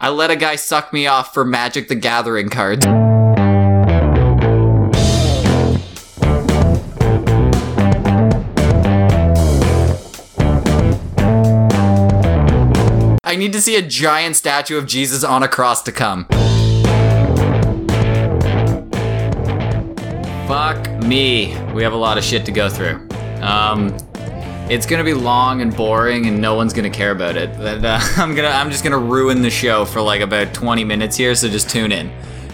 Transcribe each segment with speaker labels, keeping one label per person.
Speaker 1: I let a guy suck me off for Magic the Gathering cards. I need to see a giant statue of Jesus on a cross to come. Fuck me. We have a lot of shit to go through. Um, it's gonna be long and boring, and no one's gonna care about it. But, uh, I'm gonna, I'm just gonna ruin the show for like about 20 minutes here. So just tune in.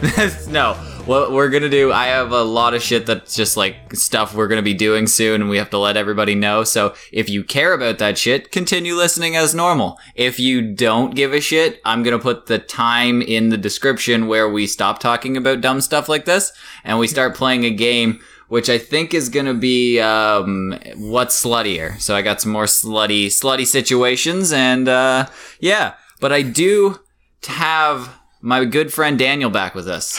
Speaker 1: no, what we're gonna do, I have a lot of shit that's just like stuff we're gonna be doing soon, and we have to let everybody know. So if you care about that shit, continue listening as normal. If you don't give a shit, I'm gonna put the time in the description where we stop talking about dumb stuff like this, and we start playing a game which I think is going to be um, what's sluttier. So I got some more slutty, slutty situations, and uh, yeah. But I do have my good friend Daniel back with us.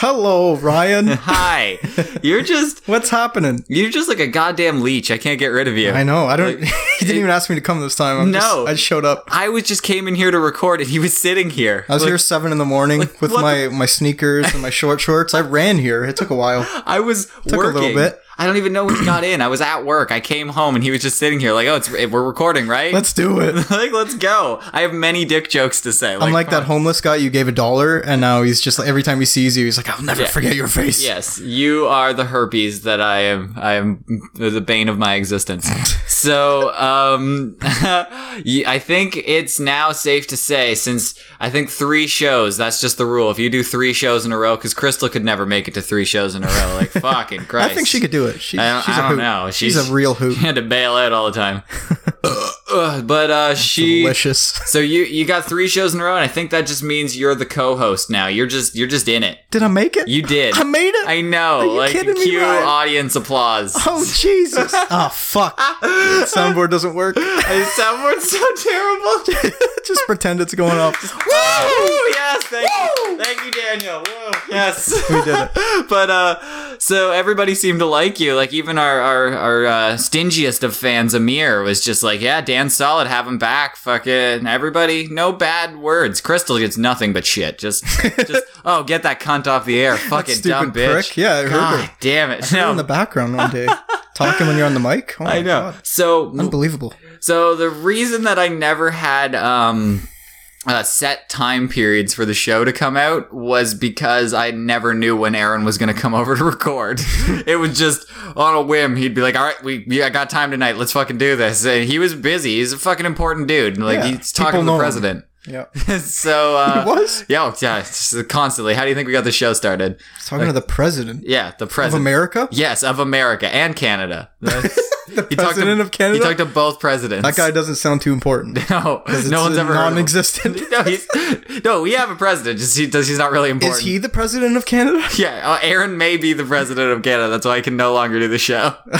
Speaker 2: Hello, Ryan.
Speaker 1: Hi, you're just
Speaker 2: What's happening?
Speaker 1: you're just like a goddamn leech. I can't get rid of you.
Speaker 2: I know. I don't.
Speaker 1: Like,
Speaker 2: he didn't even ask me to come this time. I'm just-
Speaker 1: No.
Speaker 2: I just showed up.
Speaker 1: I was just came in here to record, and he was sitting here.
Speaker 2: I was
Speaker 1: Like,
Speaker 2: here seven in the morning with
Speaker 1: what
Speaker 2: my my sneakers and my short shorts. I ran here. It took a while.
Speaker 1: I was
Speaker 2: a
Speaker 1: working.
Speaker 2: little bit.
Speaker 1: I don't even know when he got in. I was at work. I came home, and he was just sitting here, like, "Oh, it's we're recording, right?"
Speaker 2: Let's do it.
Speaker 1: like, let's go. I have many dick jokes to say.
Speaker 2: I'm like that homeless guy you gave a dollar, and now he's just like every time he sees you, he's like, "I'll never
Speaker 1: Yeah.
Speaker 2: forget your face."
Speaker 1: Yes, you are the herpes that I am. I am the bane of my existence. so, um, y- I think it's now safe to say, since I think three shows, that's just the rule. If you do three shows in a row, because Crystal could never make it to three shows in a row. Like, fucking Christ.
Speaker 2: I think she could do it. She,
Speaker 1: I don't,
Speaker 2: she's
Speaker 1: I
Speaker 2: a
Speaker 1: don't
Speaker 2: hoot.
Speaker 1: know.
Speaker 2: She's, a real hoot.
Speaker 1: She had to bail out all the time. Ugh, but uh, she.
Speaker 2: Delicious.
Speaker 1: So you you got three shows in a row, and I think that just means you're the co-host now. You're just you're just in it.
Speaker 2: Did I make it?
Speaker 1: You did.
Speaker 2: I made it.
Speaker 1: I know.
Speaker 2: Are you
Speaker 1: like
Speaker 2: kidding me,
Speaker 1: cue
Speaker 2: Ryan?
Speaker 1: audience applause.
Speaker 2: oh Jesus! oh fuck! Soundboard doesn't work.
Speaker 1: It sounds so terrible.
Speaker 2: just pretend it's going up.
Speaker 1: Woo! Yes, thank you. Thank you, Daniel. Woo. Yes.
Speaker 2: We did it.
Speaker 1: but uh so everybody seemed to like you. Like even our our, our uh, stingiest of fans, Amir, was just like, Yeah, Dan's solid, have him back. Fucking everybody, no bad words. Crystal gets nothing but shit. Just just oh, get that cunt off the air. Fucking dumb
Speaker 2: stupid
Speaker 1: bitch.
Speaker 2: prick. Yeah, I heard
Speaker 1: God
Speaker 2: her.
Speaker 1: damn it.
Speaker 2: You're
Speaker 1: No.
Speaker 2: in the background one day, talking when you're on the mic. Oh my
Speaker 1: I know.
Speaker 2: God.
Speaker 1: So
Speaker 2: Unbelievable.
Speaker 1: So the reason that I never had um, uh, set time periods for the show to come out was because I never knew when Aaron was going to come over to record. it was just on a whim. He'd be like, "All right, we yeah, I got time tonight. Let's fucking do this." And he was busy. He's a fucking important dude. Like
Speaker 2: Yeah,
Speaker 1: he's talking
Speaker 2: people
Speaker 1: to the
Speaker 2: know him.
Speaker 1: president.
Speaker 2: Yeah.
Speaker 1: so uh,
Speaker 2: He was?
Speaker 1: yeah, oh, yeah, it's constantly. How do you think we got the show started?
Speaker 2: Talking to the president
Speaker 1: Yeah, the
Speaker 2: of
Speaker 1: president.
Speaker 2: America,
Speaker 1: Yes, of America and Canada.
Speaker 2: the president
Speaker 1: to,
Speaker 2: of Canada.
Speaker 1: He talked to both presidents.
Speaker 2: that guy doesn't sound too important.
Speaker 1: No,
Speaker 2: It's
Speaker 1: no one's ever heard of him.
Speaker 2: non-existent.
Speaker 1: no, he's no. We have a president. Just he does. He's not really important.
Speaker 2: Is he the president of Canada?
Speaker 1: Yeah, uh, Aaron may be the president of Canada. That's why I can no longer do the show.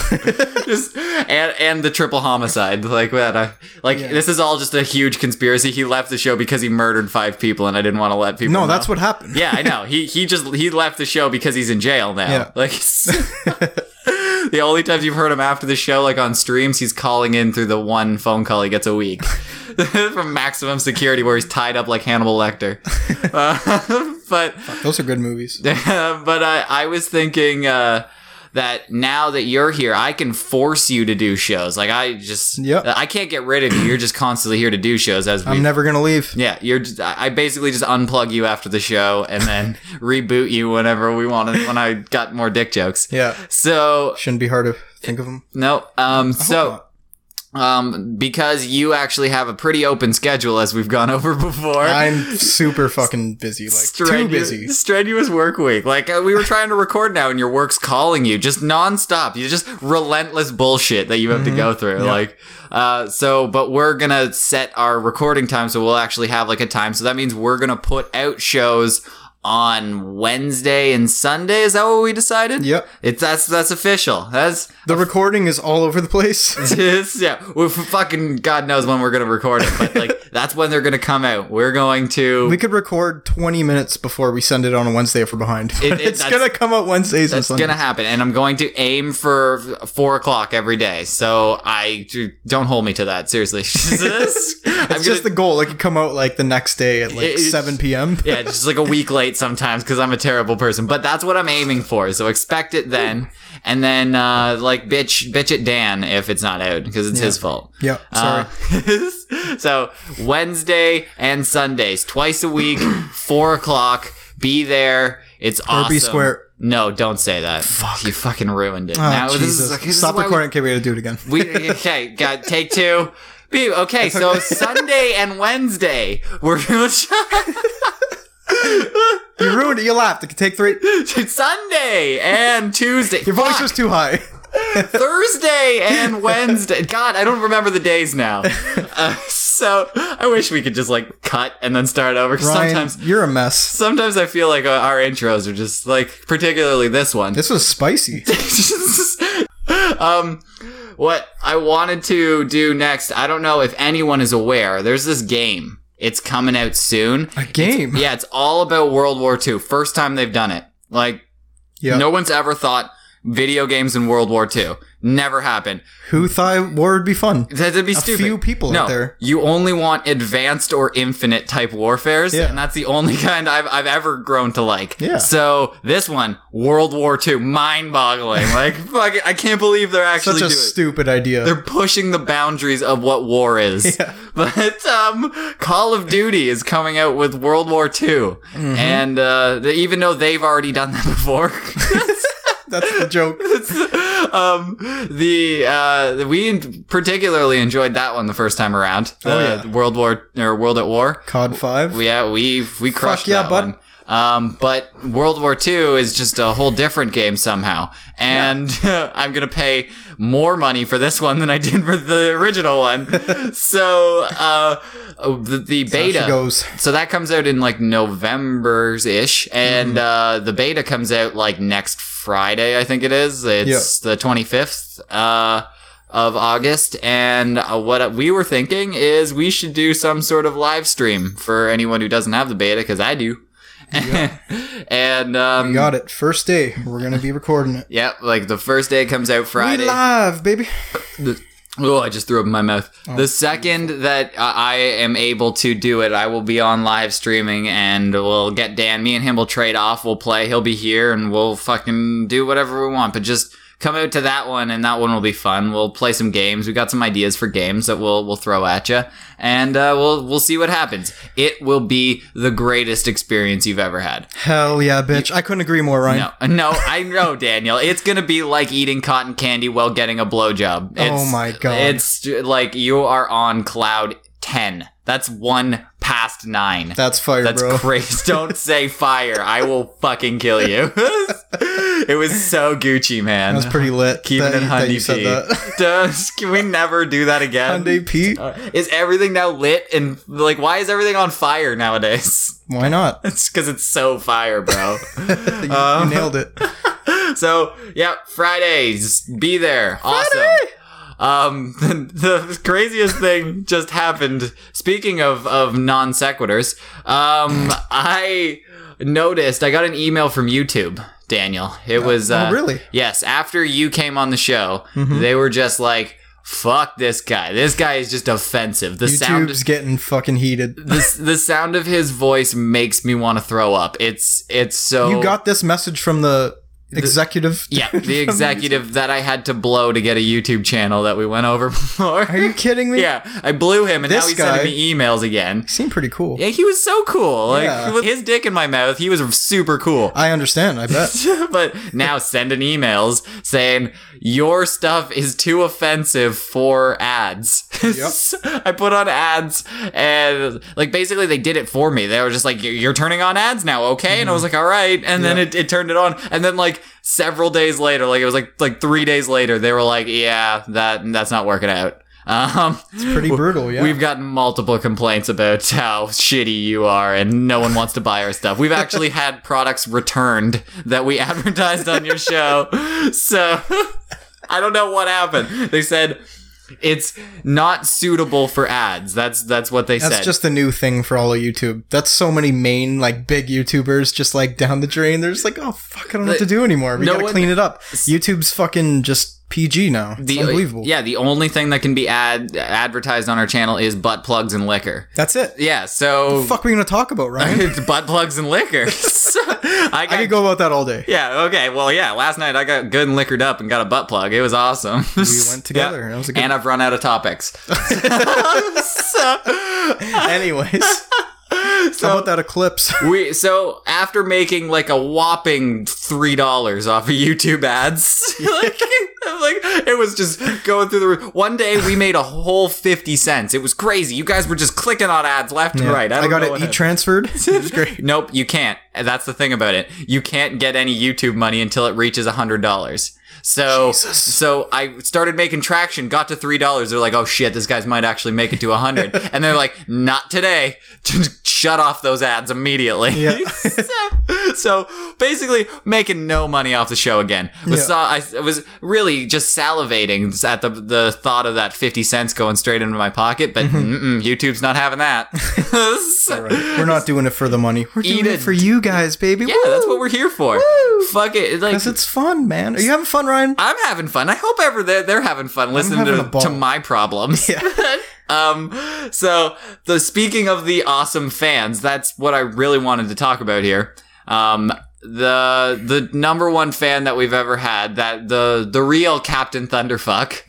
Speaker 1: just and and the triple homicide. Like that. I, like
Speaker 2: Yeah.
Speaker 1: this is all just a huge conspiracy. He left the show because he murdered five people, and I didn't want to let people.
Speaker 2: No,
Speaker 1: know.
Speaker 2: that's what happened.
Speaker 1: Yeah, I know. He he just he left the show because he's in jail now.
Speaker 2: Yeah.
Speaker 1: Like it's- the only times you've heard him after the show, like on streams, he's calling in through the one phone call he gets a week from maximum security, where he's tied up like Hannibal Lecter. Uh, but
Speaker 2: Those are good movies.
Speaker 1: but I I was thinking. Uh, that now that you're here, I can force you to do shows. Like I just,
Speaker 2: Yep.
Speaker 1: I can't get rid of you. You're just constantly here to do shows as we
Speaker 2: I'm never gonna leave.
Speaker 1: yeah, you're. Just, I I basically just unplug you after the show and then reboot you whenever we wanted. When I got more dick jokes.
Speaker 2: Yeah,
Speaker 1: So
Speaker 2: shouldn't be hard to think of him.
Speaker 1: no. Um. So
Speaker 2: not.
Speaker 1: um. Because you actually have a pretty open schedule, as we've gone over before.
Speaker 2: I'm super fucking busy, like too
Speaker 1: Strenu-
Speaker 2: busy.
Speaker 1: Strenuous work week. Like uh, we were trying to record now, and your work's calling you just nonstop. You just relentless bullshit that you have to go through.
Speaker 2: Mm-hmm. Yeah.
Speaker 1: Like, uh, so, but we're gonna set our recording time, so we'll actually have like a time. So that means we're gonna put out shows on Wednesday and Sunday. Is that what we decided?
Speaker 2: Yep.
Speaker 1: It's that's that's official. That's
Speaker 2: The recording is all over the place.
Speaker 1: it's- yeah. We fucking God knows when we're gonna record it, but like that's when they're gonna come out. We're going to.
Speaker 2: We could record 20 minutes before we send it on a Wednesday if we're behind.
Speaker 1: It- it-
Speaker 2: it's
Speaker 1: that's-
Speaker 2: going to come out Wednesdays and
Speaker 1: that's
Speaker 2: Sundays.
Speaker 1: gonna happen, and I'm going to aim for four o'clock every day. So I don't hold me to that. Seriously, it's
Speaker 2: it's just the goal. It could come out like the next day at like
Speaker 1: It- it's-
Speaker 2: 7 p.m.
Speaker 1: yeah, just like a week late sometimes because I'm a terrible person. But that's what I'm aiming for. So expect it then, and then uh, like bitch, bitch at Dan if it's not out because it's his fault.
Speaker 2: Yep. Sorry.
Speaker 1: Uh, so Wednesday and Sundays, twice a week, four o'clock. Be there. It's awesome.
Speaker 2: be square.
Speaker 1: No, don't say that. Fuck. You fucking ruined it.
Speaker 2: Oh,
Speaker 1: Now this is-
Speaker 2: Jesus.
Speaker 1: this is
Speaker 2: Stop
Speaker 1: why we-
Speaker 2: recording. Okay, we gotta do it again.
Speaker 1: we okay, got take two. Be okay, so Sunday and Wednesday we're gonna
Speaker 2: you ruined it. You laughed. It could take three.
Speaker 1: Sunday and Tuesday.
Speaker 2: Your voice
Speaker 1: Fuck,
Speaker 2: was too high.
Speaker 1: Thursday and Wednesday. God, I don't remember the days now. Uh, so I wish we could just like cut and then start over. 'cause
Speaker 2: Ryan,
Speaker 1: sometimes,
Speaker 2: you're a mess.
Speaker 1: sometimes I feel like uh, our intros are just like, particularly this one.
Speaker 2: This was spicy.
Speaker 1: um, what I wanted to do next, I don't know if anyone is aware. There's this game. It's coming out soon.
Speaker 2: A game.
Speaker 1: Yeah, it's all about World War II. First time they've done it. Like,
Speaker 2: Yeah.
Speaker 1: no one's ever thought video games in World War II. Never happened.
Speaker 2: Who thought war would be fun?
Speaker 1: That'd be
Speaker 2: A
Speaker 1: stupid.
Speaker 2: few people
Speaker 1: no,
Speaker 2: out there.
Speaker 1: you only want advanced or infinite type warfares,
Speaker 2: Yeah.
Speaker 1: and that's the only kind I've, I've ever grown to like.
Speaker 2: Yeah.
Speaker 1: So this one, World War II, mind-boggling. like, fuck it, I can't believe they're actually
Speaker 2: Such a
Speaker 1: doing. it.
Speaker 2: stupid idea.
Speaker 1: They're pushing the boundaries of what war is.
Speaker 2: Yeah.
Speaker 1: But um, Call of Duty is coming out with World War II,
Speaker 2: Mm-hmm.
Speaker 1: and uh, they, even though they've already done that before,
Speaker 2: That's the joke.
Speaker 1: um, the uh, we particularly enjoyed that one the first time around. The
Speaker 2: Oh, yeah.
Speaker 1: World War or World at War.
Speaker 2: COD 5.
Speaker 1: Yeah, we we crushed
Speaker 2: yeah,
Speaker 1: that
Speaker 2: bud.
Speaker 1: one. Um, but World War II is just a whole different game somehow, and I'm gonna pay more money for this one than I did for the original one. so uh, the, the
Speaker 2: There
Speaker 1: beta
Speaker 2: She goes.
Speaker 1: so that comes out in like November's ish, and uh, the beta comes out like next Friday, I think it is. It's the 25th uh, of August, and uh, what we were thinking is we should do some sort of live stream for anyone who doesn't have the beta, because I do. and um,
Speaker 2: We got it. First day. We're gonna be recording it.
Speaker 1: yeah, like the first day comes out Friday.
Speaker 2: We live, baby.
Speaker 1: The- oh, I just threw up in my mouth. The second that uh, I am able to do it, I will be on live streaming and we'll get Dan. Me and him will trade off. We'll play. He'll be here and we'll fucking do whatever we want. But just come out to that one and that one will be fun. We'll play some games. We got some ideas for games that we'll we'll throw at you and uh, we'll we'll see what happens. It will be the greatest experience you've ever had.
Speaker 2: Hell yeah, bitch. I couldn't agree more, Ryan.
Speaker 1: No, no, I know, Daniel. It's gonna be like eating cotton candy while getting a blowjob. It's-
Speaker 2: Oh my God.
Speaker 1: It's like you are on cloud ten. That's one past nine.
Speaker 2: That's fire,
Speaker 1: That's
Speaker 2: bro.
Speaker 1: crazy. Don't say fire. I will fucking kill you. it was so Gucci, man.
Speaker 2: That was pretty lit.
Speaker 1: Keeping
Speaker 2: that,
Speaker 1: it
Speaker 2: that you
Speaker 1: Hyundai
Speaker 2: said that.
Speaker 1: P. Does- Can we never do that again?
Speaker 2: Hyundai P.
Speaker 1: Uh, Is everything now lit and like why is everything on fire nowadays?
Speaker 2: Why not?
Speaker 1: It's because it's so fire, bro.
Speaker 2: You,
Speaker 1: Um,
Speaker 2: you nailed it.
Speaker 1: So yeah, Fridays, be there. Awesome. Um, the, the craziest thing just happened. Speaking of of non sequiturs, um, I noticed I got an email from YouTube, Daniel. It was uh,
Speaker 2: oh, really? Mm-hmm.
Speaker 1: Yes, after you came on the show, they were just like, "Fuck this guy. This guy is just offensive." The sound
Speaker 2: YouTube's getting fucking heated.
Speaker 1: the, the sound of his voice makes me want to throw up. It's it's so
Speaker 2: You got this message from the executive.
Speaker 1: Yeah, the executive that I had to blow to get a YouTube channel that we went over before.
Speaker 2: Are you kidding me?
Speaker 1: yeah, I blew him, and now
Speaker 2: This
Speaker 1: he's
Speaker 2: guy-
Speaker 1: sending me emails again.
Speaker 2: You seem pretty cool.
Speaker 1: Yeah, he was so cool. Like
Speaker 2: Yeah.
Speaker 1: with his dick in my mouth, he was super cool.
Speaker 2: I understand. I bet.
Speaker 1: but now sending emails saying your stuff is too offensive for ads. I put on ads and like basically they did it for me. They were just like, "You're- "You're turning on ads now, okay?" And I was like, "All right." And then it, it turned it on. And then like several days later, like it was like like three days later, they were like, "Yeah, that that's not working out." Um,
Speaker 2: Pretty brutal, yeah.
Speaker 1: We've gotten multiple complaints about how shitty you are and no one wants to buy our stuff. We've actually had products returned that we advertised on your show. So I don't know what happened. They said it's not suitable for ads. That's that's what they
Speaker 2: That's
Speaker 1: said.
Speaker 2: just the new thing for all of YouTube. That's so many main, like, big YouTubers just, like, down the drain. They're just like, oh, fuck, I don't know what to do anymore. We
Speaker 1: No
Speaker 2: gotta
Speaker 1: one-
Speaker 2: clean it up. YouTube's fucking just PG now. It's
Speaker 1: the, uh,
Speaker 2: unbelievable.
Speaker 1: Yeah, the only thing that can be ad advertised on our channel is butt plugs and liquor.
Speaker 2: That's it.
Speaker 1: Yeah, so
Speaker 2: fuck are we gonna talk about, Ryan?
Speaker 1: it's butt plugs and liquor. So, I
Speaker 2: I
Speaker 1: got
Speaker 2: could go about that all day.
Speaker 1: Yeah, okay. Well, yeah, last night I got good and liquored up and got a butt plug. It was awesome. We
Speaker 2: went together. That was a good-
Speaker 1: And I've run out of topics. so,
Speaker 2: Anyways. How about that eclipse?
Speaker 1: we so after making like a whopping $3 off of YouTube ads, like, like it was just going through the roof. One day we made a whole 50 cents. It was crazy. You guys were just clicking on ads left and right. I,
Speaker 2: I
Speaker 1: don't
Speaker 2: got
Speaker 1: know what
Speaker 2: it
Speaker 1: happened.
Speaker 2: e-transferred. It was great.
Speaker 1: Nope, you can't. That's the thing about it. You can't get any YouTube money until it reaches hundred dollars. So,
Speaker 2: Jesus.
Speaker 1: so I started making traction. Got to three dollars. They're like, "Oh shit, this guy's might actually make it to a hundred. and they're like, "Not today." Shut off those ads immediately.
Speaker 2: Yeah.
Speaker 1: so, so basically, making no money off the show again. Was
Speaker 2: Yeah.
Speaker 1: saw, I s- was really just salivating at the the thought of that fifty cents going straight into my pocket. But
Speaker 2: Mm-hmm.
Speaker 1: mm-mm, YouTube's not having that. So-
Speaker 2: We're not doing it for the money. We're doing
Speaker 1: Eat
Speaker 2: it
Speaker 1: it.
Speaker 2: for you guys, baby.
Speaker 1: Yeah, that's what we're here for. Fuck it. It's Like,
Speaker 2: Because it's fun, man. Are you having fun, Ryan?
Speaker 1: I'm having fun. I hope ever they're, they're having fun listening
Speaker 2: having a
Speaker 1: to,
Speaker 2: ball.
Speaker 1: to my problems. um, so the speaking of the awesome fans, that's what I really wanted to talk about here. Um, the the number one fan that we've ever had, that the the real Captain Thunderfuck,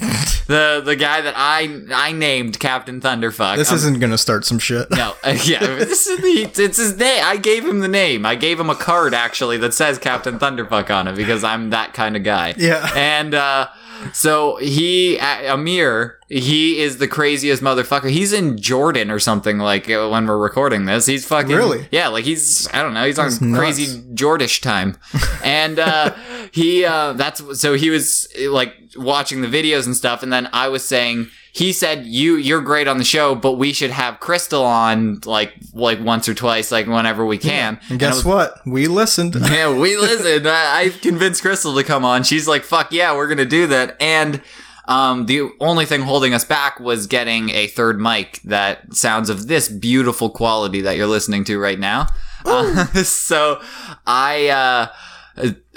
Speaker 1: the the guy that I I named Captain Thunderfuck.
Speaker 2: This
Speaker 1: I'm-
Speaker 2: isn't gonna start some shit.
Speaker 1: no, uh, yeah, this is the, it's his name. I gave him the name. I gave him a card actually that says Captain Thunderfuck on it because I'm that kind of guy.
Speaker 2: Yeah.
Speaker 1: And uh, so he, uh, Amir, he is the craziest motherfucker. He's in Jordan or something like uh, when we're recording this. He's fucking
Speaker 2: Really?
Speaker 1: Yeah, like he's I don't know. He's on
Speaker 2: nuts.
Speaker 1: crazy Jordish time, and uh, he uh, that's so he was uh, like watching the videos and stuff, and then I was saying he said you you're great on the show, but we should have Crystal on like like once or twice, like whenever we can.
Speaker 2: And guess what? We listened.
Speaker 1: Yeah, we listened. I, I convinced Crystal to come on. She's like, "Fuck yeah, we're gonna do that." And um, the only thing holding us back was getting a third mic that sounds of this beautiful quality that you're listening to right now. Uh, so I. Uh,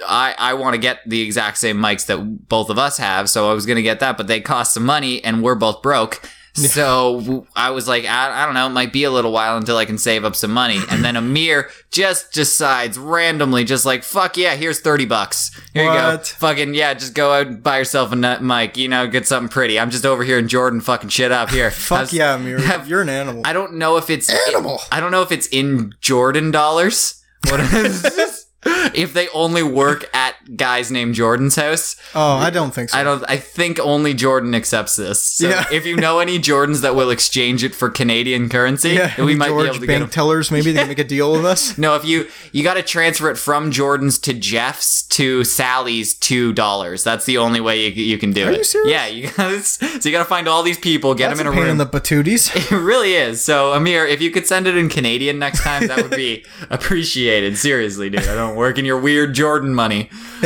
Speaker 1: I, I want to get the exact same mics that both of us have, so I was gonna get that, but they cost some money, and we're both broke. So w- I was like, I, I don't know, it might be a little while until I can save up some money. And then Amir just decides randomly, just like, fuck yeah, here's 30 bucks. Here you go.
Speaker 2: What?
Speaker 1: Fucking, yeah, just go out and buy yourself a nut mic, you know, get something pretty. I'm just over here in Jordan fucking shit up here. I
Speaker 2: Fuck
Speaker 1: was-
Speaker 2: yeah, Amir.
Speaker 1: have-
Speaker 2: You're an animal.
Speaker 1: I don't know if it's
Speaker 2: Animal.
Speaker 1: I don't know if it's in Jordan dollars. What is this? If they only work at guys named Jordan's house,
Speaker 2: oh, I don't think so.
Speaker 1: I don't. I think only Jordan accepts this. So
Speaker 2: Yeah.
Speaker 1: If you know any Jordans that will exchange it for Canadian currency,
Speaker 2: yeah,
Speaker 1: we might
Speaker 2: George
Speaker 1: be able to
Speaker 2: bank
Speaker 1: get them.
Speaker 2: tellers. Maybe they can make a deal with us.
Speaker 1: No, if you you got to transfer it from Jordan's to Jeff's to Sally's to dollars. That's the only way you, you can do it.
Speaker 2: you serious?
Speaker 1: Yeah, you got so you got to find all these people, get
Speaker 2: That's
Speaker 1: them
Speaker 2: a
Speaker 1: in a
Speaker 2: pain
Speaker 1: room.
Speaker 2: in the patooties.
Speaker 1: It really is. So, Amir, if you could send it in Canadian next time, that would be appreciated. Seriously, dude. I don't work in your weird Jordan money.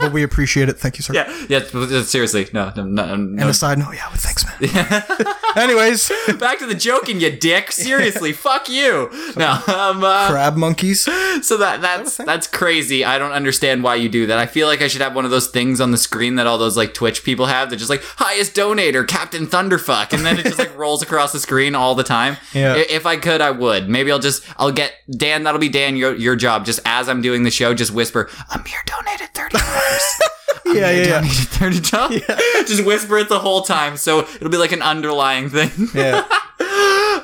Speaker 2: but we appreciate it. Thank you, sir.
Speaker 1: yeah, yeah, seriously. No, no, no.
Speaker 2: And
Speaker 1: no.
Speaker 2: aside, no, yeah, well, thanks, man. Anyways,
Speaker 1: Back to the joking, you dick. Seriously, fuck you. No, um, uh,
Speaker 2: crab monkeys.
Speaker 1: so that that's that's crazy. I don't understand why you do that. I feel like I should have one of those things on the screen that all those like Twitch people have. They're just like highest donator, Captain Thunderfuck, and then it just like rolls across the screen all the time.
Speaker 2: Yeah.
Speaker 1: I- If I could, I would. Maybe I'll just I'll get Dan. That'll be Dan. Your your job. Just as I'm doing the show, just whisper. Amir donated thirty dollars.
Speaker 2: Yeah, yeah, yeah.
Speaker 1: donated thirty dollars. Just whisper it the whole time. So it'll be like an underlying thing.
Speaker 2: Yeah.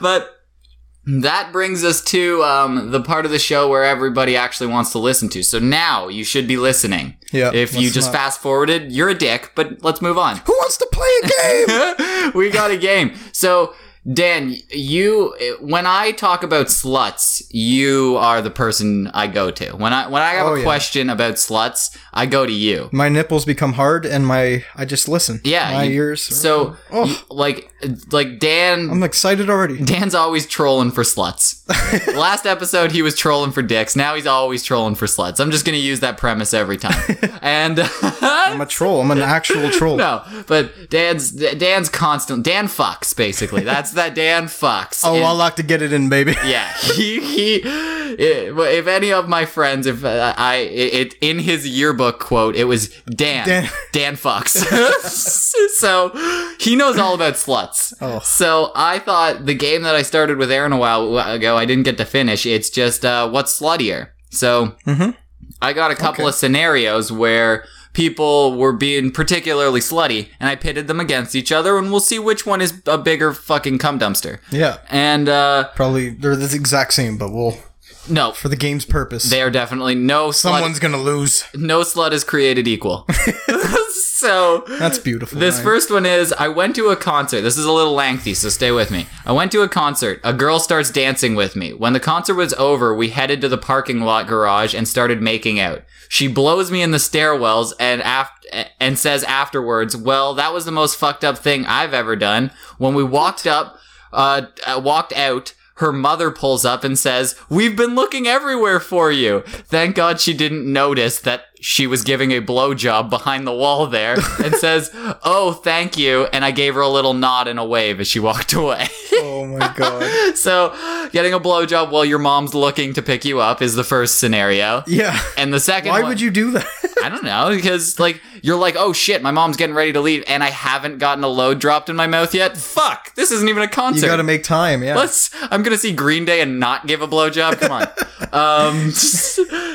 Speaker 1: but that brings us to um, the part of the show where everybody actually wants to listen to. So now you should be listening.
Speaker 2: Yeah,
Speaker 1: If you
Speaker 2: let's
Speaker 1: just
Speaker 2: not-
Speaker 1: fast forwarded, you're a dick, but let's move on.
Speaker 2: Who wants to play a game?
Speaker 1: we got a game. So Dan, you when I talk about sluts, you are the person I go to. When I when I have
Speaker 2: Oh,
Speaker 1: a
Speaker 2: yeah.
Speaker 1: question about sluts, I go to you.
Speaker 2: My nipples become hard, and my I just listen.
Speaker 1: Yeah,
Speaker 2: my
Speaker 1: you-
Speaker 2: ears. are-
Speaker 1: So
Speaker 2: Oh.
Speaker 1: you- like like Dan
Speaker 2: I'm excited already.
Speaker 1: Dan's always trolling for sluts. Last episode, he was trolling for dicks. Now he's always trolling for sluts. I'm just going to use that premise every time. And
Speaker 2: I'm a troll. I'm an actual troll.
Speaker 1: no, but Dan's Dan's constant. Dan fucks basically. That's that Dan fucks.
Speaker 2: Oh,
Speaker 1: And-
Speaker 2: I'll like to get it in, baby.
Speaker 1: yeah, he he. i- well, if any of my friends, if uh, I it in his yearbook quote, it was Dan Dan,
Speaker 2: Dan.
Speaker 1: fucks. so he knows all about sluts.
Speaker 2: Oh.
Speaker 1: So I thought the game that I started with Aaron a while ago, I didn't get to finish. It's just uh, what's sluttier. So
Speaker 2: Mhm.
Speaker 1: I got a couple
Speaker 2: Okay.
Speaker 1: of scenarios where people were being particularly slutty, and I pitted them against each other, and we'll see which one is a bigger fucking cum dumpster.
Speaker 2: Yeah,
Speaker 1: And uh,
Speaker 2: probably they're the exact same, but we'll
Speaker 1: no,
Speaker 2: for the game's purpose.
Speaker 1: they are definitely no slut.
Speaker 2: Someone's gonna lose.
Speaker 1: No slut is created equal. so
Speaker 2: That's beautiful.
Speaker 1: this
Speaker 2: Ryan.
Speaker 1: first one is I went to a concert. This is a little lengthy, so stay with me. I went to a concert. A girl starts dancing with me. When the concert was over, we headed to the parking lot garage and started making out. She blows me in the stairwells and af- and says afterwards, "Well, that was the most fucked up thing I've ever done." When we walked up, uh, uh, walked out. Her mother pulls up and says, We've been looking everywhere for you. Thank God she didn't notice that she was giving a blowjob behind the wall there and says, Oh, thank you. And I gave her a little nod and a wave as she walked away.
Speaker 2: Oh my god.
Speaker 1: so, getting a blowjob while your mom's looking to pick you up is the first scenario.
Speaker 2: Yeah.
Speaker 1: And the second
Speaker 2: Why
Speaker 1: one,
Speaker 2: would you do that?
Speaker 1: I don't know, because like you're like, oh shit, my mom's getting ready to leave, and I haven't gotten a load dropped in my mouth yet. Fuck, this isn't even a
Speaker 2: You
Speaker 1: concert.
Speaker 2: gotta make time. Yeah.
Speaker 1: Let's. I'm gonna see Green Day and not give a blowjob. Come on. um,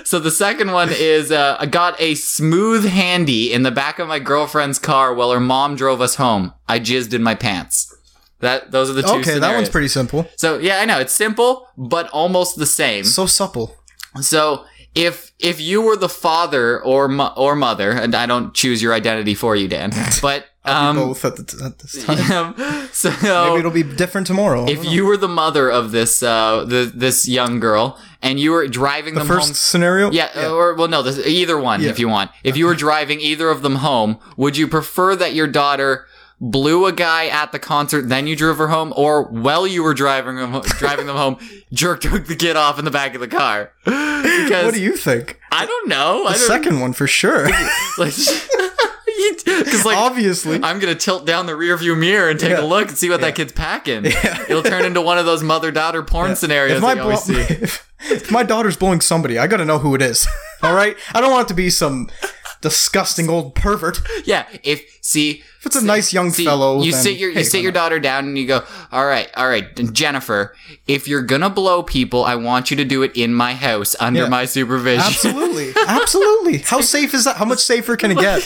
Speaker 1: so the second one is uh, I got a smooth handy in the back of my girlfriend's car while her mom drove us home. I jizzed in my pants. That those are the two.
Speaker 2: okay, that one's
Speaker 1: scenarios. Hmm?
Speaker 2: pretty simple.
Speaker 1: So yeah, I know it's simple but almost the same.
Speaker 2: So supple.
Speaker 1: So if if you were the father or mo- or mother, and I don't choose your identity for you, Dan, but um,
Speaker 2: Both at, the t- at this time.
Speaker 1: so
Speaker 2: Maybe it'll be different tomorrow. I
Speaker 1: if
Speaker 2: don't know.
Speaker 1: you were the mother of this uh the, this young girl and you were driving
Speaker 2: the
Speaker 1: them
Speaker 2: first
Speaker 1: home
Speaker 2: scenario.
Speaker 1: yeah, uh, or well no this, either one
Speaker 2: Yeah.
Speaker 1: if you want if you were driving either of them home would you prefer that your daughter blew a guy at the concert then you drove her home or while you were driving them driving them home jerked the kid off in the back of the car because
Speaker 2: What do you think?
Speaker 1: I don't know I
Speaker 2: The
Speaker 1: don't
Speaker 2: second one for sure.
Speaker 1: like, 'cause, like
Speaker 2: Obviously.
Speaker 1: I'm gonna tilt down the rearview mirror and take
Speaker 2: Yeah.
Speaker 1: a look and see what that kid's packing. It'll turn into one of those mother-daughter porn scenarios
Speaker 2: if my
Speaker 1: that you always
Speaker 2: blo-
Speaker 1: see.
Speaker 2: if, if my daughter's blowing somebody, I gotta know who it is. All right, I don't want it to be some disgusting old pervert. If
Speaker 1: Yeah, if see,
Speaker 2: it's a nice young
Speaker 1: see,
Speaker 2: fellow,
Speaker 1: you
Speaker 2: then,
Speaker 1: sit your you
Speaker 2: hey,
Speaker 1: sit
Speaker 2: why
Speaker 1: your
Speaker 2: not?
Speaker 1: daughter down and you go, all right, all right, Jennifer, if you're gonna blow people, I want you to do it in my house under
Speaker 2: Yeah.
Speaker 1: my supervision.
Speaker 2: Absolutely, absolutely. How safe is that? How much safer can it get?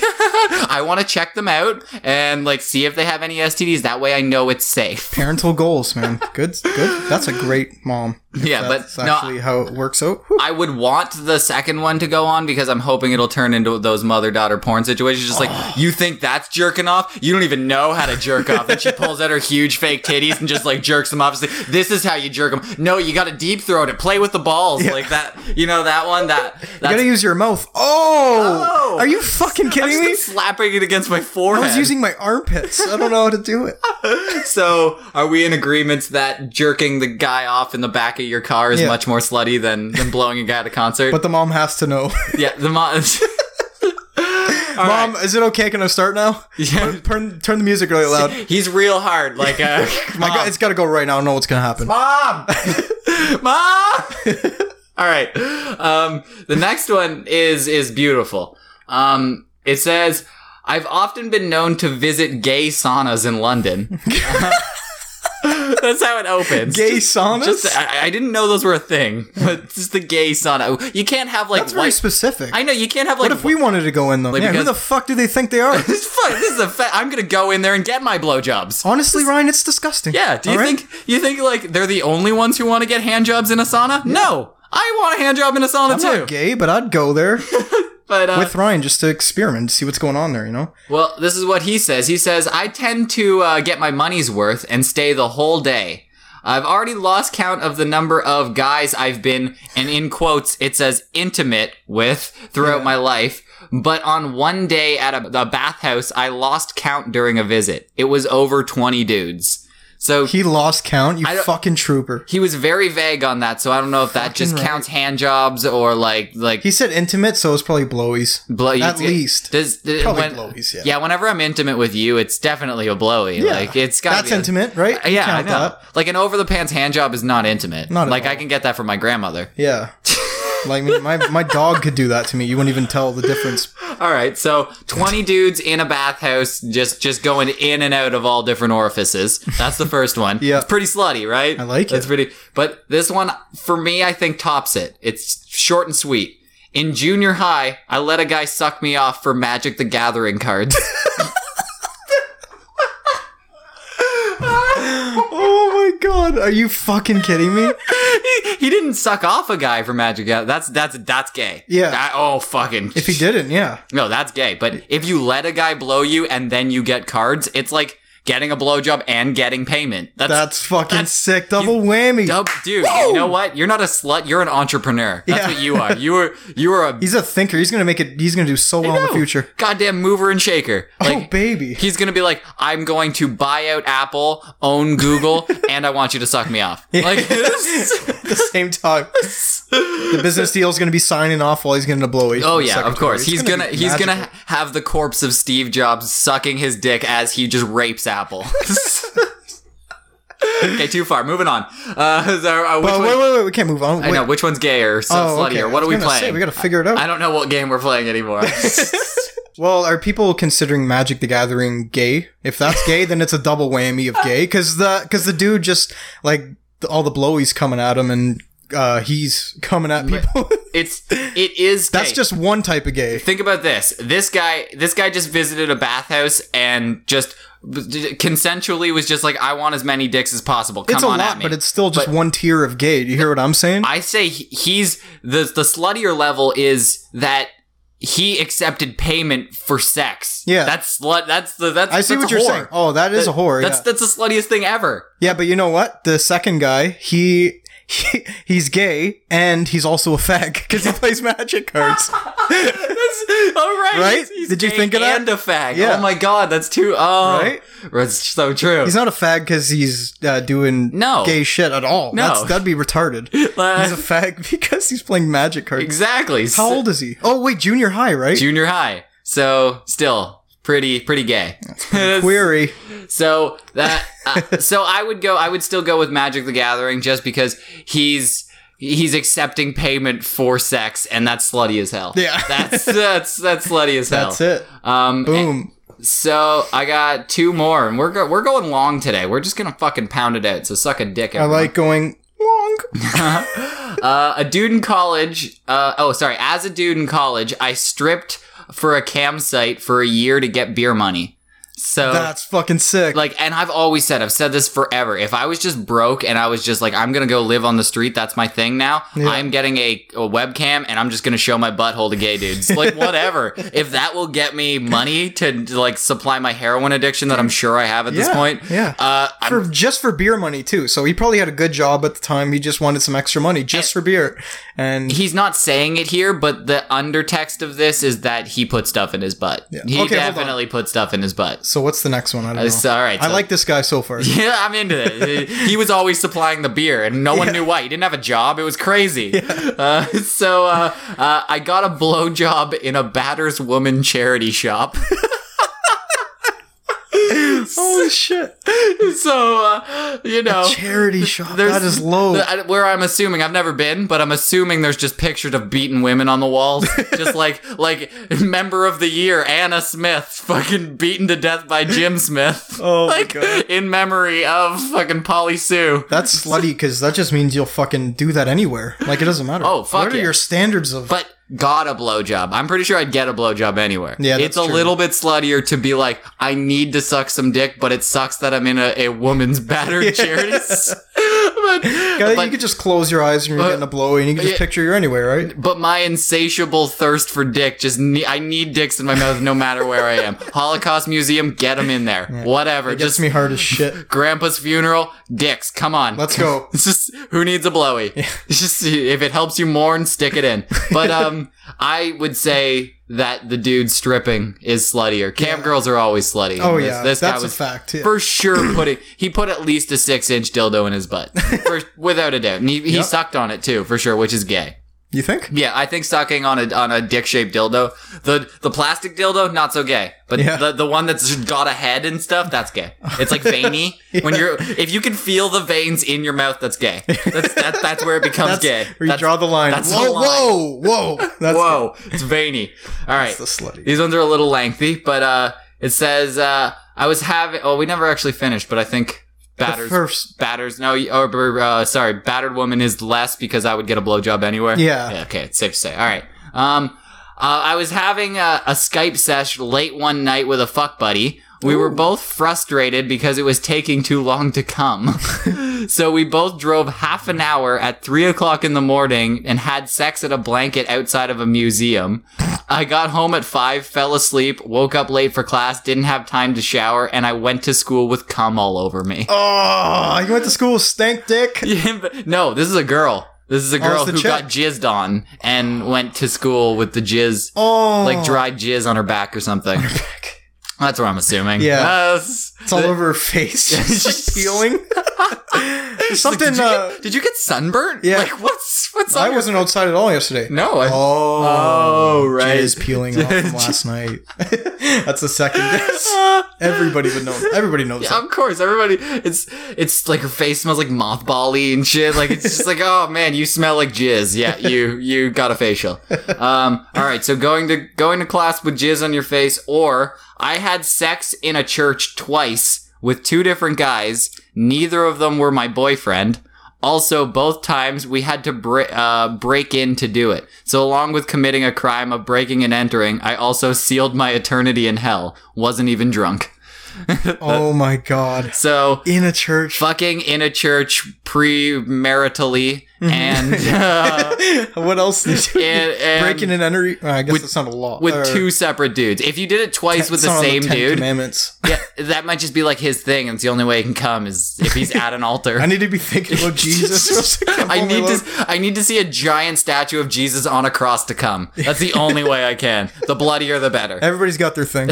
Speaker 1: I want to check them out and like see if they have any STDs. That way, I know it's safe.
Speaker 2: Parental goals, man. Good, good. That's a great mom. If
Speaker 1: Yeah, but
Speaker 2: that's
Speaker 1: no,
Speaker 2: actually how it works out. Whew.
Speaker 1: I would want the second one to go on because I'm hoping it'll turn into those mother daughter porn situations. Just like, you think that's jerking off? You don't even know how to jerk off. And she pulls out her huge fake titties and just like jerks them off. It's like, this is how you jerk them. No, you got to deep throat it. Play with the balls. Like that, you know, that one, that,
Speaker 2: You
Speaker 1: that's
Speaker 2: gotta use your mouth. Oh,
Speaker 1: Oh.
Speaker 2: are you fucking
Speaker 1: I'm
Speaker 2: kidding
Speaker 1: just
Speaker 2: me?
Speaker 1: slapping it against my forehead.
Speaker 2: I was using my armpits. I don't know how to do it.
Speaker 1: so, are we in agreement that jerking the guy off in the back of your car is
Speaker 2: Yeah.
Speaker 1: much more slutty than, than blowing a guy at a concert?
Speaker 2: But the mom has to know.
Speaker 1: yeah, the mom.
Speaker 2: mom, is it okay? Can I start now?
Speaker 1: Yeah.
Speaker 2: Turn turn the music really loud.
Speaker 1: He's real hard, like uh,
Speaker 2: I got, it's got to go right now. I don't know what's gonna happen.
Speaker 1: mom, mom. All right. Um, the next one is is beautiful. Um, it says, "I've often been known to visit gay saunas in London." That's how it opens.
Speaker 2: Gay
Speaker 1: Just-
Speaker 2: saunas.
Speaker 1: Just, I, I didn't know those were a thing, but just the gay sauna. You can't have like
Speaker 2: That's very
Speaker 1: white.
Speaker 2: specific.
Speaker 1: I know you can't have like.
Speaker 2: what if we wanted to go in though?
Speaker 1: Like,
Speaker 2: yeah, who
Speaker 1: because-
Speaker 2: the fuck do they think they are?
Speaker 1: This is fun. This is a. Fa- I'm gonna go in there and get my blowjobs.
Speaker 2: Honestly, Ryan, it's disgusting.
Speaker 1: Yeah. Do you
Speaker 2: All right?
Speaker 1: think you think like they're the only ones who want to get handjobs in a sauna? No, I want a handjob in a sauna
Speaker 2: I'm
Speaker 1: too.
Speaker 2: not gay, but I'd go there.
Speaker 1: But uh,
Speaker 2: with Ryan just to experiment, to see what's going on there. You know,
Speaker 1: well, this is what he says. He says, I tend to uh, get my money's worth and stay the whole day. I've already lost count of the number of guys I've been, and in quotes, it says intimate with throughout
Speaker 2: Yeah.
Speaker 1: my life. But on one day at a, the bathhouse, I lost count during a visit. It was over 20 dudes. So he,
Speaker 2: he lost count. You
Speaker 1: don't-
Speaker 2: fucking trooper.
Speaker 1: was very vague on that. So I don't know if that just
Speaker 2: Fucking right.
Speaker 1: counts hand jobs or like, like,
Speaker 2: He said intimate, so it's probably blowies.
Speaker 1: blow, you-
Speaker 2: at least.
Speaker 1: Does, does-
Speaker 2: Probably
Speaker 1: when-
Speaker 2: blowies, yeah.
Speaker 1: Yeah. Whenever I'm intimate with you, it's definitely a blowy.
Speaker 2: Yeah.
Speaker 1: Like it's got
Speaker 2: That's intimate, right? You
Speaker 1: yeah, I
Speaker 2: count
Speaker 1: know.
Speaker 2: that.
Speaker 1: Like an over the pants hand job is not intimate.
Speaker 2: Not at
Speaker 1: like I
Speaker 2: all.
Speaker 1: can get that from my grandmother.
Speaker 2: Yeah. like my my dog could do that to me. You wouldn't even tell the difference.
Speaker 1: All right, so twenty dudes in a bathhouse, just just going in and out of all different orifices. That's the first one.
Speaker 2: Yeah.
Speaker 1: it's pretty slutty, right?
Speaker 2: I like
Speaker 1: That's
Speaker 2: it.
Speaker 1: pretty. But this one for me, I think tops it. It's short and sweet. In junior high, I let a guy suck me off for Magic the Gathering cards.
Speaker 2: Oh my god, are you fucking kidding me?
Speaker 1: he, he didn't suck off a guy for Magic. Ga- That's that's that's gay.
Speaker 2: Yeah.
Speaker 1: That- oh fucking.
Speaker 2: If he didn't, yeah.
Speaker 1: No, that's gay. But if you let a guy blow you and then you get cards, it's like getting a blowjob and getting payment. That's,
Speaker 2: That's fucking
Speaker 1: that's-
Speaker 2: sick. Double whammy.
Speaker 1: dub- dude. You know what? You're not a slut. You're an entrepreneur. That's
Speaker 2: Yeah.
Speaker 1: what you are. You are you are a
Speaker 2: he's a thinker. He's gonna make it he's gonna do so well in the
Speaker 1: no,
Speaker 2: future.
Speaker 1: goddamn mover and shaker.
Speaker 2: oh
Speaker 1: Like
Speaker 2: baby.
Speaker 1: he's gonna be like, I'm going to buy out Apple, own Google, and I want you to suck me off. Like
Speaker 2: At the same time. the business deal's gonna be signing off while he's getting a blowy.
Speaker 1: Oh yeah, of course. He's gonna,
Speaker 2: be
Speaker 1: he's gonna
Speaker 2: magical.
Speaker 1: ha- have the corpse of Steve Jobs sucking his dick as he just rapes Apple. okay, too far. Moving on. Uh, so, uh, which
Speaker 2: Well,
Speaker 1: one-
Speaker 2: wait, wait, wait, we can't move on.
Speaker 1: I know which one's gay or so
Speaker 2: Oh,
Speaker 1: slutty
Speaker 2: okay.
Speaker 1: or what
Speaker 2: I
Speaker 1: are
Speaker 2: was
Speaker 1: we
Speaker 2: gonna say,
Speaker 1: playing?
Speaker 2: we gotta figure it out.
Speaker 1: I don't know what game we're playing anymore.
Speaker 2: Well, are people considering Magic the Gathering gay? If that's gay, then it's a double whammy of gay because the because the dude just like th- all the blowies coming at him and uh, he's coming at people.
Speaker 1: it's it is.
Speaker 2: that's
Speaker 1: gay.
Speaker 2: just one type of gay.
Speaker 1: Think about this. This guy, this guy just visited a bathhouse and just consensually was just like, "I want as many dicks as possible." Come
Speaker 2: It's a
Speaker 1: on at
Speaker 2: lot,
Speaker 1: me.
Speaker 2: but it's still just one tier of gay. Do you hear what I'm saying?
Speaker 1: I say he- he's the the sluttier level is that he accepted payment for sex.
Speaker 2: Yeah.
Speaker 1: that's slut. That's the that's.
Speaker 2: I see
Speaker 1: that's
Speaker 2: what
Speaker 1: a
Speaker 2: you're
Speaker 1: whore.
Speaker 2: saying. Oh, that is a whore.
Speaker 1: That's
Speaker 2: yeah.
Speaker 1: that's the sluttiest thing ever.
Speaker 2: yeah, but you know what? The second guy, he. He, he's gay and he's also a fag because he plays magic cards.
Speaker 1: That's, all right,
Speaker 2: Right?
Speaker 1: He's, he's
Speaker 2: Did you
Speaker 1: gay
Speaker 2: think of that?
Speaker 1: And a fag.
Speaker 2: Yeah.
Speaker 1: Oh my god, that's too. Oh,
Speaker 2: Right?
Speaker 1: That's so true.
Speaker 2: He's not a fag because he's uh, doing
Speaker 1: No.
Speaker 2: gay shit at all.
Speaker 1: No.
Speaker 2: That's, that'd be retarded.
Speaker 1: Uh,
Speaker 2: He's a fag because he's playing magic cards.
Speaker 1: exactly.
Speaker 2: How old is he? Oh wait, junior high, right?
Speaker 1: Junior high. So still pretty pretty gay.
Speaker 2: Query.
Speaker 1: So that uh, so I would go I would still go with Magic the Gathering just because he's he's accepting payment for sex and that's slutty as hell.
Speaker 2: Yeah.
Speaker 1: That's that's that's slutty as hell.
Speaker 2: That's it.
Speaker 1: Um
Speaker 2: Boom.
Speaker 1: so I got two more and we're go- we're going long today. We're just going to fucking pound it out. So suck a dick
Speaker 2: I
Speaker 1: everyone.
Speaker 2: like going long.
Speaker 1: uh, a dude in college. Uh, oh, sorry. As a dude in college, I stripped for a cam site for a year to get beer money. So
Speaker 2: That's fucking sick.
Speaker 1: Uh, like, and I've always said, I've said this forever. If I was just broke and I was just like, I'm gonna go live on the street. That's my thing now.
Speaker 2: Yeah.
Speaker 1: I'm getting a, a webcam and I'm just gonna show my butthole to gay dudes. like, whatever. If that will get me money to like supply my heroin addiction that I'm sure I have at this
Speaker 2: Yeah,
Speaker 1: point.
Speaker 2: yeah.
Speaker 1: Uh, I'm
Speaker 2: for just for beer money too. So he probably had a good job at the time. He just wanted some extra money just for beer. And
Speaker 1: he's not saying it here, but the undertext of this is that he put stuff in his butt. He
Speaker 2: Okay, hold on.
Speaker 1: definitely put stuff in his butt.
Speaker 2: so what's the next one? I don't
Speaker 1: Uh,
Speaker 2: know.
Speaker 1: so- all right,
Speaker 2: I
Speaker 1: so-
Speaker 2: like this guy so far.
Speaker 1: Yeah, I'm into it. he was always supplying the beer, and no one knew why. He didn't have a job. It was crazy. Uh, so uh, uh, I got a blowjob in a batter's woman charity shop.
Speaker 2: Holy shit!
Speaker 1: so uh, you know,
Speaker 2: Charity shop.
Speaker 1: there's-
Speaker 2: That is low.
Speaker 1: The- I- where I'm assuming I've never been, but I'm assuming there's just pictures of beaten women on the walls, just like like member of the year Anna Smith, fucking beaten to death by Jim Smith,
Speaker 2: oh my
Speaker 1: like
Speaker 2: god.
Speaker 1: in memory of fucking Polly Sue.
Speaker 2: That's slutty because that just means you'll fucking do that anywhere. Like it doesn't matter.
Speaker 1: Oh, fuck
Speaker 2: What are
Speaker 1: yeah.
Speaker 2: your standards of?
Speaker 1: But got a blowjob. I'm pretty sure I'd get a blowjob anywhere.
Speaker 2: Yeah, that's
Speaker 1: it's a
Speaker 2: true.
Speaker 1: little bit sluttier to be like, I need to suck some dick, but it sucks that I'm in a, a woman's battered
Speaker 2: Yeah.
Speaker 1: chairs. but,
Speaker 2: Yeah,
Speaker 1: but-
Speaker 2: you could just close your eyes and you're
Speaker 1: Uh,
Speaker 2: getting a blowy, and you can just
Speaker 1: yeah.
Speaker 2: picture you're anywhere, right?
Speaker 1: but my insatiable thirst for dick just ne- I need dicks in my mouth no matter where I am. Holocaust Museum, get them in there. Whatever.
Speaker 2: It gets
Speaker 1: Just
Speaker 2: me hard as shit.
Speaker 1: grandpa's funeral, dicks. Come on.
Speaker 2: Let's go.
Speaker 1: It's just who needs a blowy? It's just if it helps you mourn, stick it in. But um, I would say that the dude stripping is sluttier. Camp girls are always slutty.
Speaker 2: Oh
Speaker 1: This-
Speaker 2: yeah,
Speaker 1: this guy
Speaker 2: that's
Speaker 1: was
Speaker 2: a fact. Yeah.
Speaker 1: for sure putting he put at least a six inch dildo in his butt, for, without a doubt. And he, he
Speaker 2: Yep.
Speaker 1: sucked on it too, for sure, which is gay.
Speaker 2: you think?
Speaker 1: Yeah, I think sucking on a on a dick shaped dildo, the the plastic dildo, not so gay, but
Speaker 2: Yeah.
Speaker 1: the the one that's got a head and stuff, that's gay. It's like veiny. When you're if you can feel the veins in your mouth, that's gay. That's that, that's where it becomes
Speaker 2: That's
Speaker 1: gay.
Speaker 2: where you
Speaker 1: That's-
Speaker 2: draw the line.
Speaker 1: that's
Speaker 2: whoa,
Speaker 1: the line.
Speaker 2: whoa, whoa! That's
Speaker 1: whoa, it's veiny. All right,
Speaker 2: that's the slutty.
Speaker 1: these ones are a little lengthy, but uh, it says uh, I was having. Oh, we never actually finished, but I think
Speaker 2: The
Speaker 1: batters.
Speaker 2: first,
Speaker 1: Batters, no, you- or uh, sorry, battered woman is less because I would get a blowjob anywhere.
Speaker 2: Yeah.
Speaker 1: okay, it's safe to say. All right. Um, uh, I was having a, a Skype sesh late one night with a fuck buddy. We were
Speaker 2: Ooh.
Speaker 1: both frustrated because it was taking too long to come. so we both drove half an hour at three o'clock in the morning and had sex at a blanket outside of a museum. I got home at five, fell asleep, woke up late for class, didn't have time to shower, and I went to school with cum all over me.
Speaker 2: oh, you went to school with stank dick.
Speaker 1: Yeah, but- no, this is a girl. This is a girl
Speaker 2: Oh, it's the
Speaker 1: who
Speaker 2: chick.
Speaker 1: got jizzed on and went to school with the jizz,
Speaker 2: Oh,
Speaker 1: like dried jizz on her back or something. That's what I'm assuming. Uh,
Speaker 2: Yeah.
Speaker 1: Yes.
Speaker 2: It's all over her face. It's just peeling.
Speaker 1: Like,
Speaker 2: Something.
Speaker 1: did, you
Speaker 2: uh,
Speaker 1: get, did you get sunburnt?
Speaker 2: Yeah.
Speaker 1: Like what's what's
Speaker 2: I
Speaker 1: on your-
Speaker 2: wasn't outside at all yesterday.
Speaker 1: No. I,
Speaker 2: Oh,
Speaker 1: Oh, right.
Speaker 2: Jizz peeling off from last night. That's the second guess.
Speaker 1: Uh,
Speaker 2: Everybody would know. Everybody knows.
Speaker 1: Yeah,
Speaker 2: that.
Speaker 1: of course, everybody. It's it's like her face smells like mothball-y and shit. Like it's just like, oh man, you smell like jizz. Yeah, you you got a facial. Um, all right, so going to going to class with jizz on your face, or I had sex in a church twice with two different guys. Neither of them were my boyfriend. Also, both times we had to bre- uh, break in to do it. So, along with committing a crime of breaking and entering, I also sealed my eternity in hell. Wasn't even drunk.
Speaker 2: Oh my god.
Speaker 1: So,
Speaker 2: In a church.
Speaker 1: fucking in a church premaritally
Speaker 2: Mhm.
Speaker 1: and uh,
Speaker 2: what else did you
Speaker 1: and, and
Speaker 2: breaking and entering? uh, I guess that's not a law.
Speaker 1: with
Speaker 2: Or
Speaker 1: two separate dudes. If you did it twice with
Speaker 2: it's
Speaker 1: the
Speaker 2: not on
Speaker 1: same
Speaker 2: Ten
Speaker 1: dude,
Speaker 2: Commandments.
Speaker 1: yeah, that might just be like his thing, and it's the only way he can come is if he's at an altar.
Speaker 2: I need to be thinking about Jesus.
Speaker 1: I need to. I need to see a giant statue of Jesus on a cross to come. That's the only way I can. The bloodier, the better.
Speaker 2: Everybody's got their thing.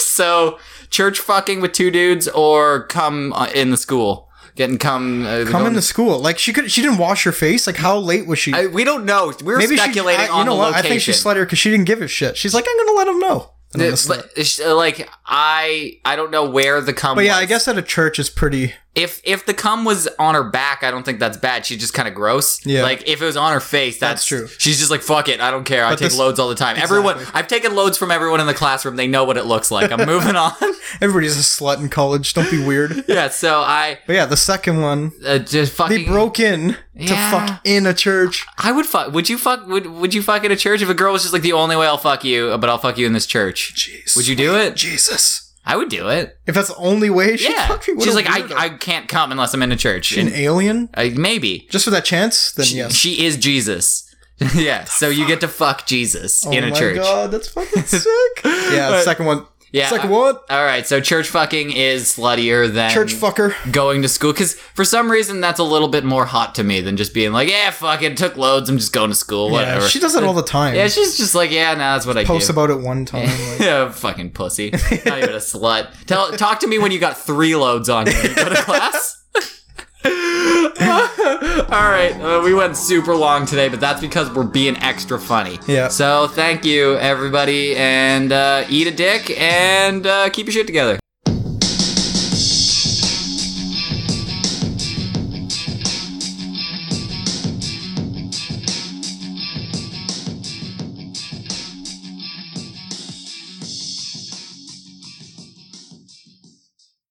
Speaker 1: So, church fucking with two dudes, or come uh, in the school, getting come. Uh,
Speaker 2: Come
Speaker 1: going-
Speaker 2: into school. Like she could. She didn't wash her face. Like how late was she?
Speaker 1: I- we don't know. We're
Speaker 2: Maybe
Speaker 1: speculating
Speaker 2: she, I,
Speaker 1: on
Speaker 2: you know
Speaker 1: the
Speaker 2: what?
Speaker 1: location.
Speaker 2: I think she slid her because she didn't give a shit. She's like, I'm gonna let him know. And
Speaker 1: Uh,
Speaker 2: I'm gonna slut.
Speaker 1: but it's, uh, like I, I don't know where the cum.
Speaker 2: But yeah,
Speaker 1: was.
Speaker 2: I guess at a church is pretty.
Speaker 1: if if the cum was on her back, I don't think that's bad. She's just kind of gross.
Speaker 2: Yeah.
Speaker 1: Like if it was on her face, that's,
Speaker 2: That's true.
Speaker 1: She's just like fuck it, I don't care. I take
Speaker 2: this-
Speaker 1: loads all the time. Everyone, I've taken loads from everyone in the classroom. They know what it looks like. I'm moving on.
Speaker 2: Everybody's a slut in college. Don't be weird.
Speaker 1: yeah. So I
Speaker 2: But yeah, the second one,
Speaker 1: uh, just fucking.
Speaker 2: they broke in
Speaker 1: Yeah.
Speaker 2: to fuck in a church.
Speaker 1: I would fuck. Would you fuck? Would Would you fuck at a church if a girl was just like the only way I'll fuck you, but I'll fuck you in this church?
Speaker 2: Jeez.
Speaker 1: Would you do it?
Speaker 2: Jesus.
Speaker 1: I would do it.
Speaker 2: If that's the only way she
Speaker 1: Yeah.
Speaker 2: fucked me, what
Speaker 1: She's
Speaker 2: a
Speaker 1: like,
Speaker 2: weirdo.
Speaker 1: I, I can't come unless I'm in a church.
Speaker 2: an
Speaker 1: And,
Speaker 2: alien
Speaker 1: uh, maybe.
Speaker 2: just for that chance. Then
Speaker 1: She-
Speaker 2: yes.
Speaker 1: She is Jesus. yeah, so you get to fuck Jesus
Speaker 2: Oh
Speaker 1: in a
Speaker 2: my
Speaker 1: church.
Speaker 2: god, that's fucking sick. yeah, the second one.
Speaker 1: Yeah.
Speaker 2: Second one,
Speaker 1: All right, so church fucking is sluttier than
Speaker 2: church fucker.
Speaker 1: going to school cuz for some reason that's a little bit more hot to me than just being like, "Yeah, fuck it, took loads, I'm just going to school, whatever."
Speaker 2: Yeah, she does that all the time.
Speaker 1: yeah, she's just like, "Yeah, nah, that's what I
Speaker 2: Posts
Speaker 1: do."
Speaker 2: about it one time. like,
Speaker 1: yeah, fucking pussy. Not even a slut. Tell, talk to me when you got three loads on you. when You go to class. All right, uh, we went super long today, but that's because we're being extra funny.
Speaker 2: Yeah.
Speaker 1: So thank you, everybody, and uh, eat a dick and uh, keep your shit together.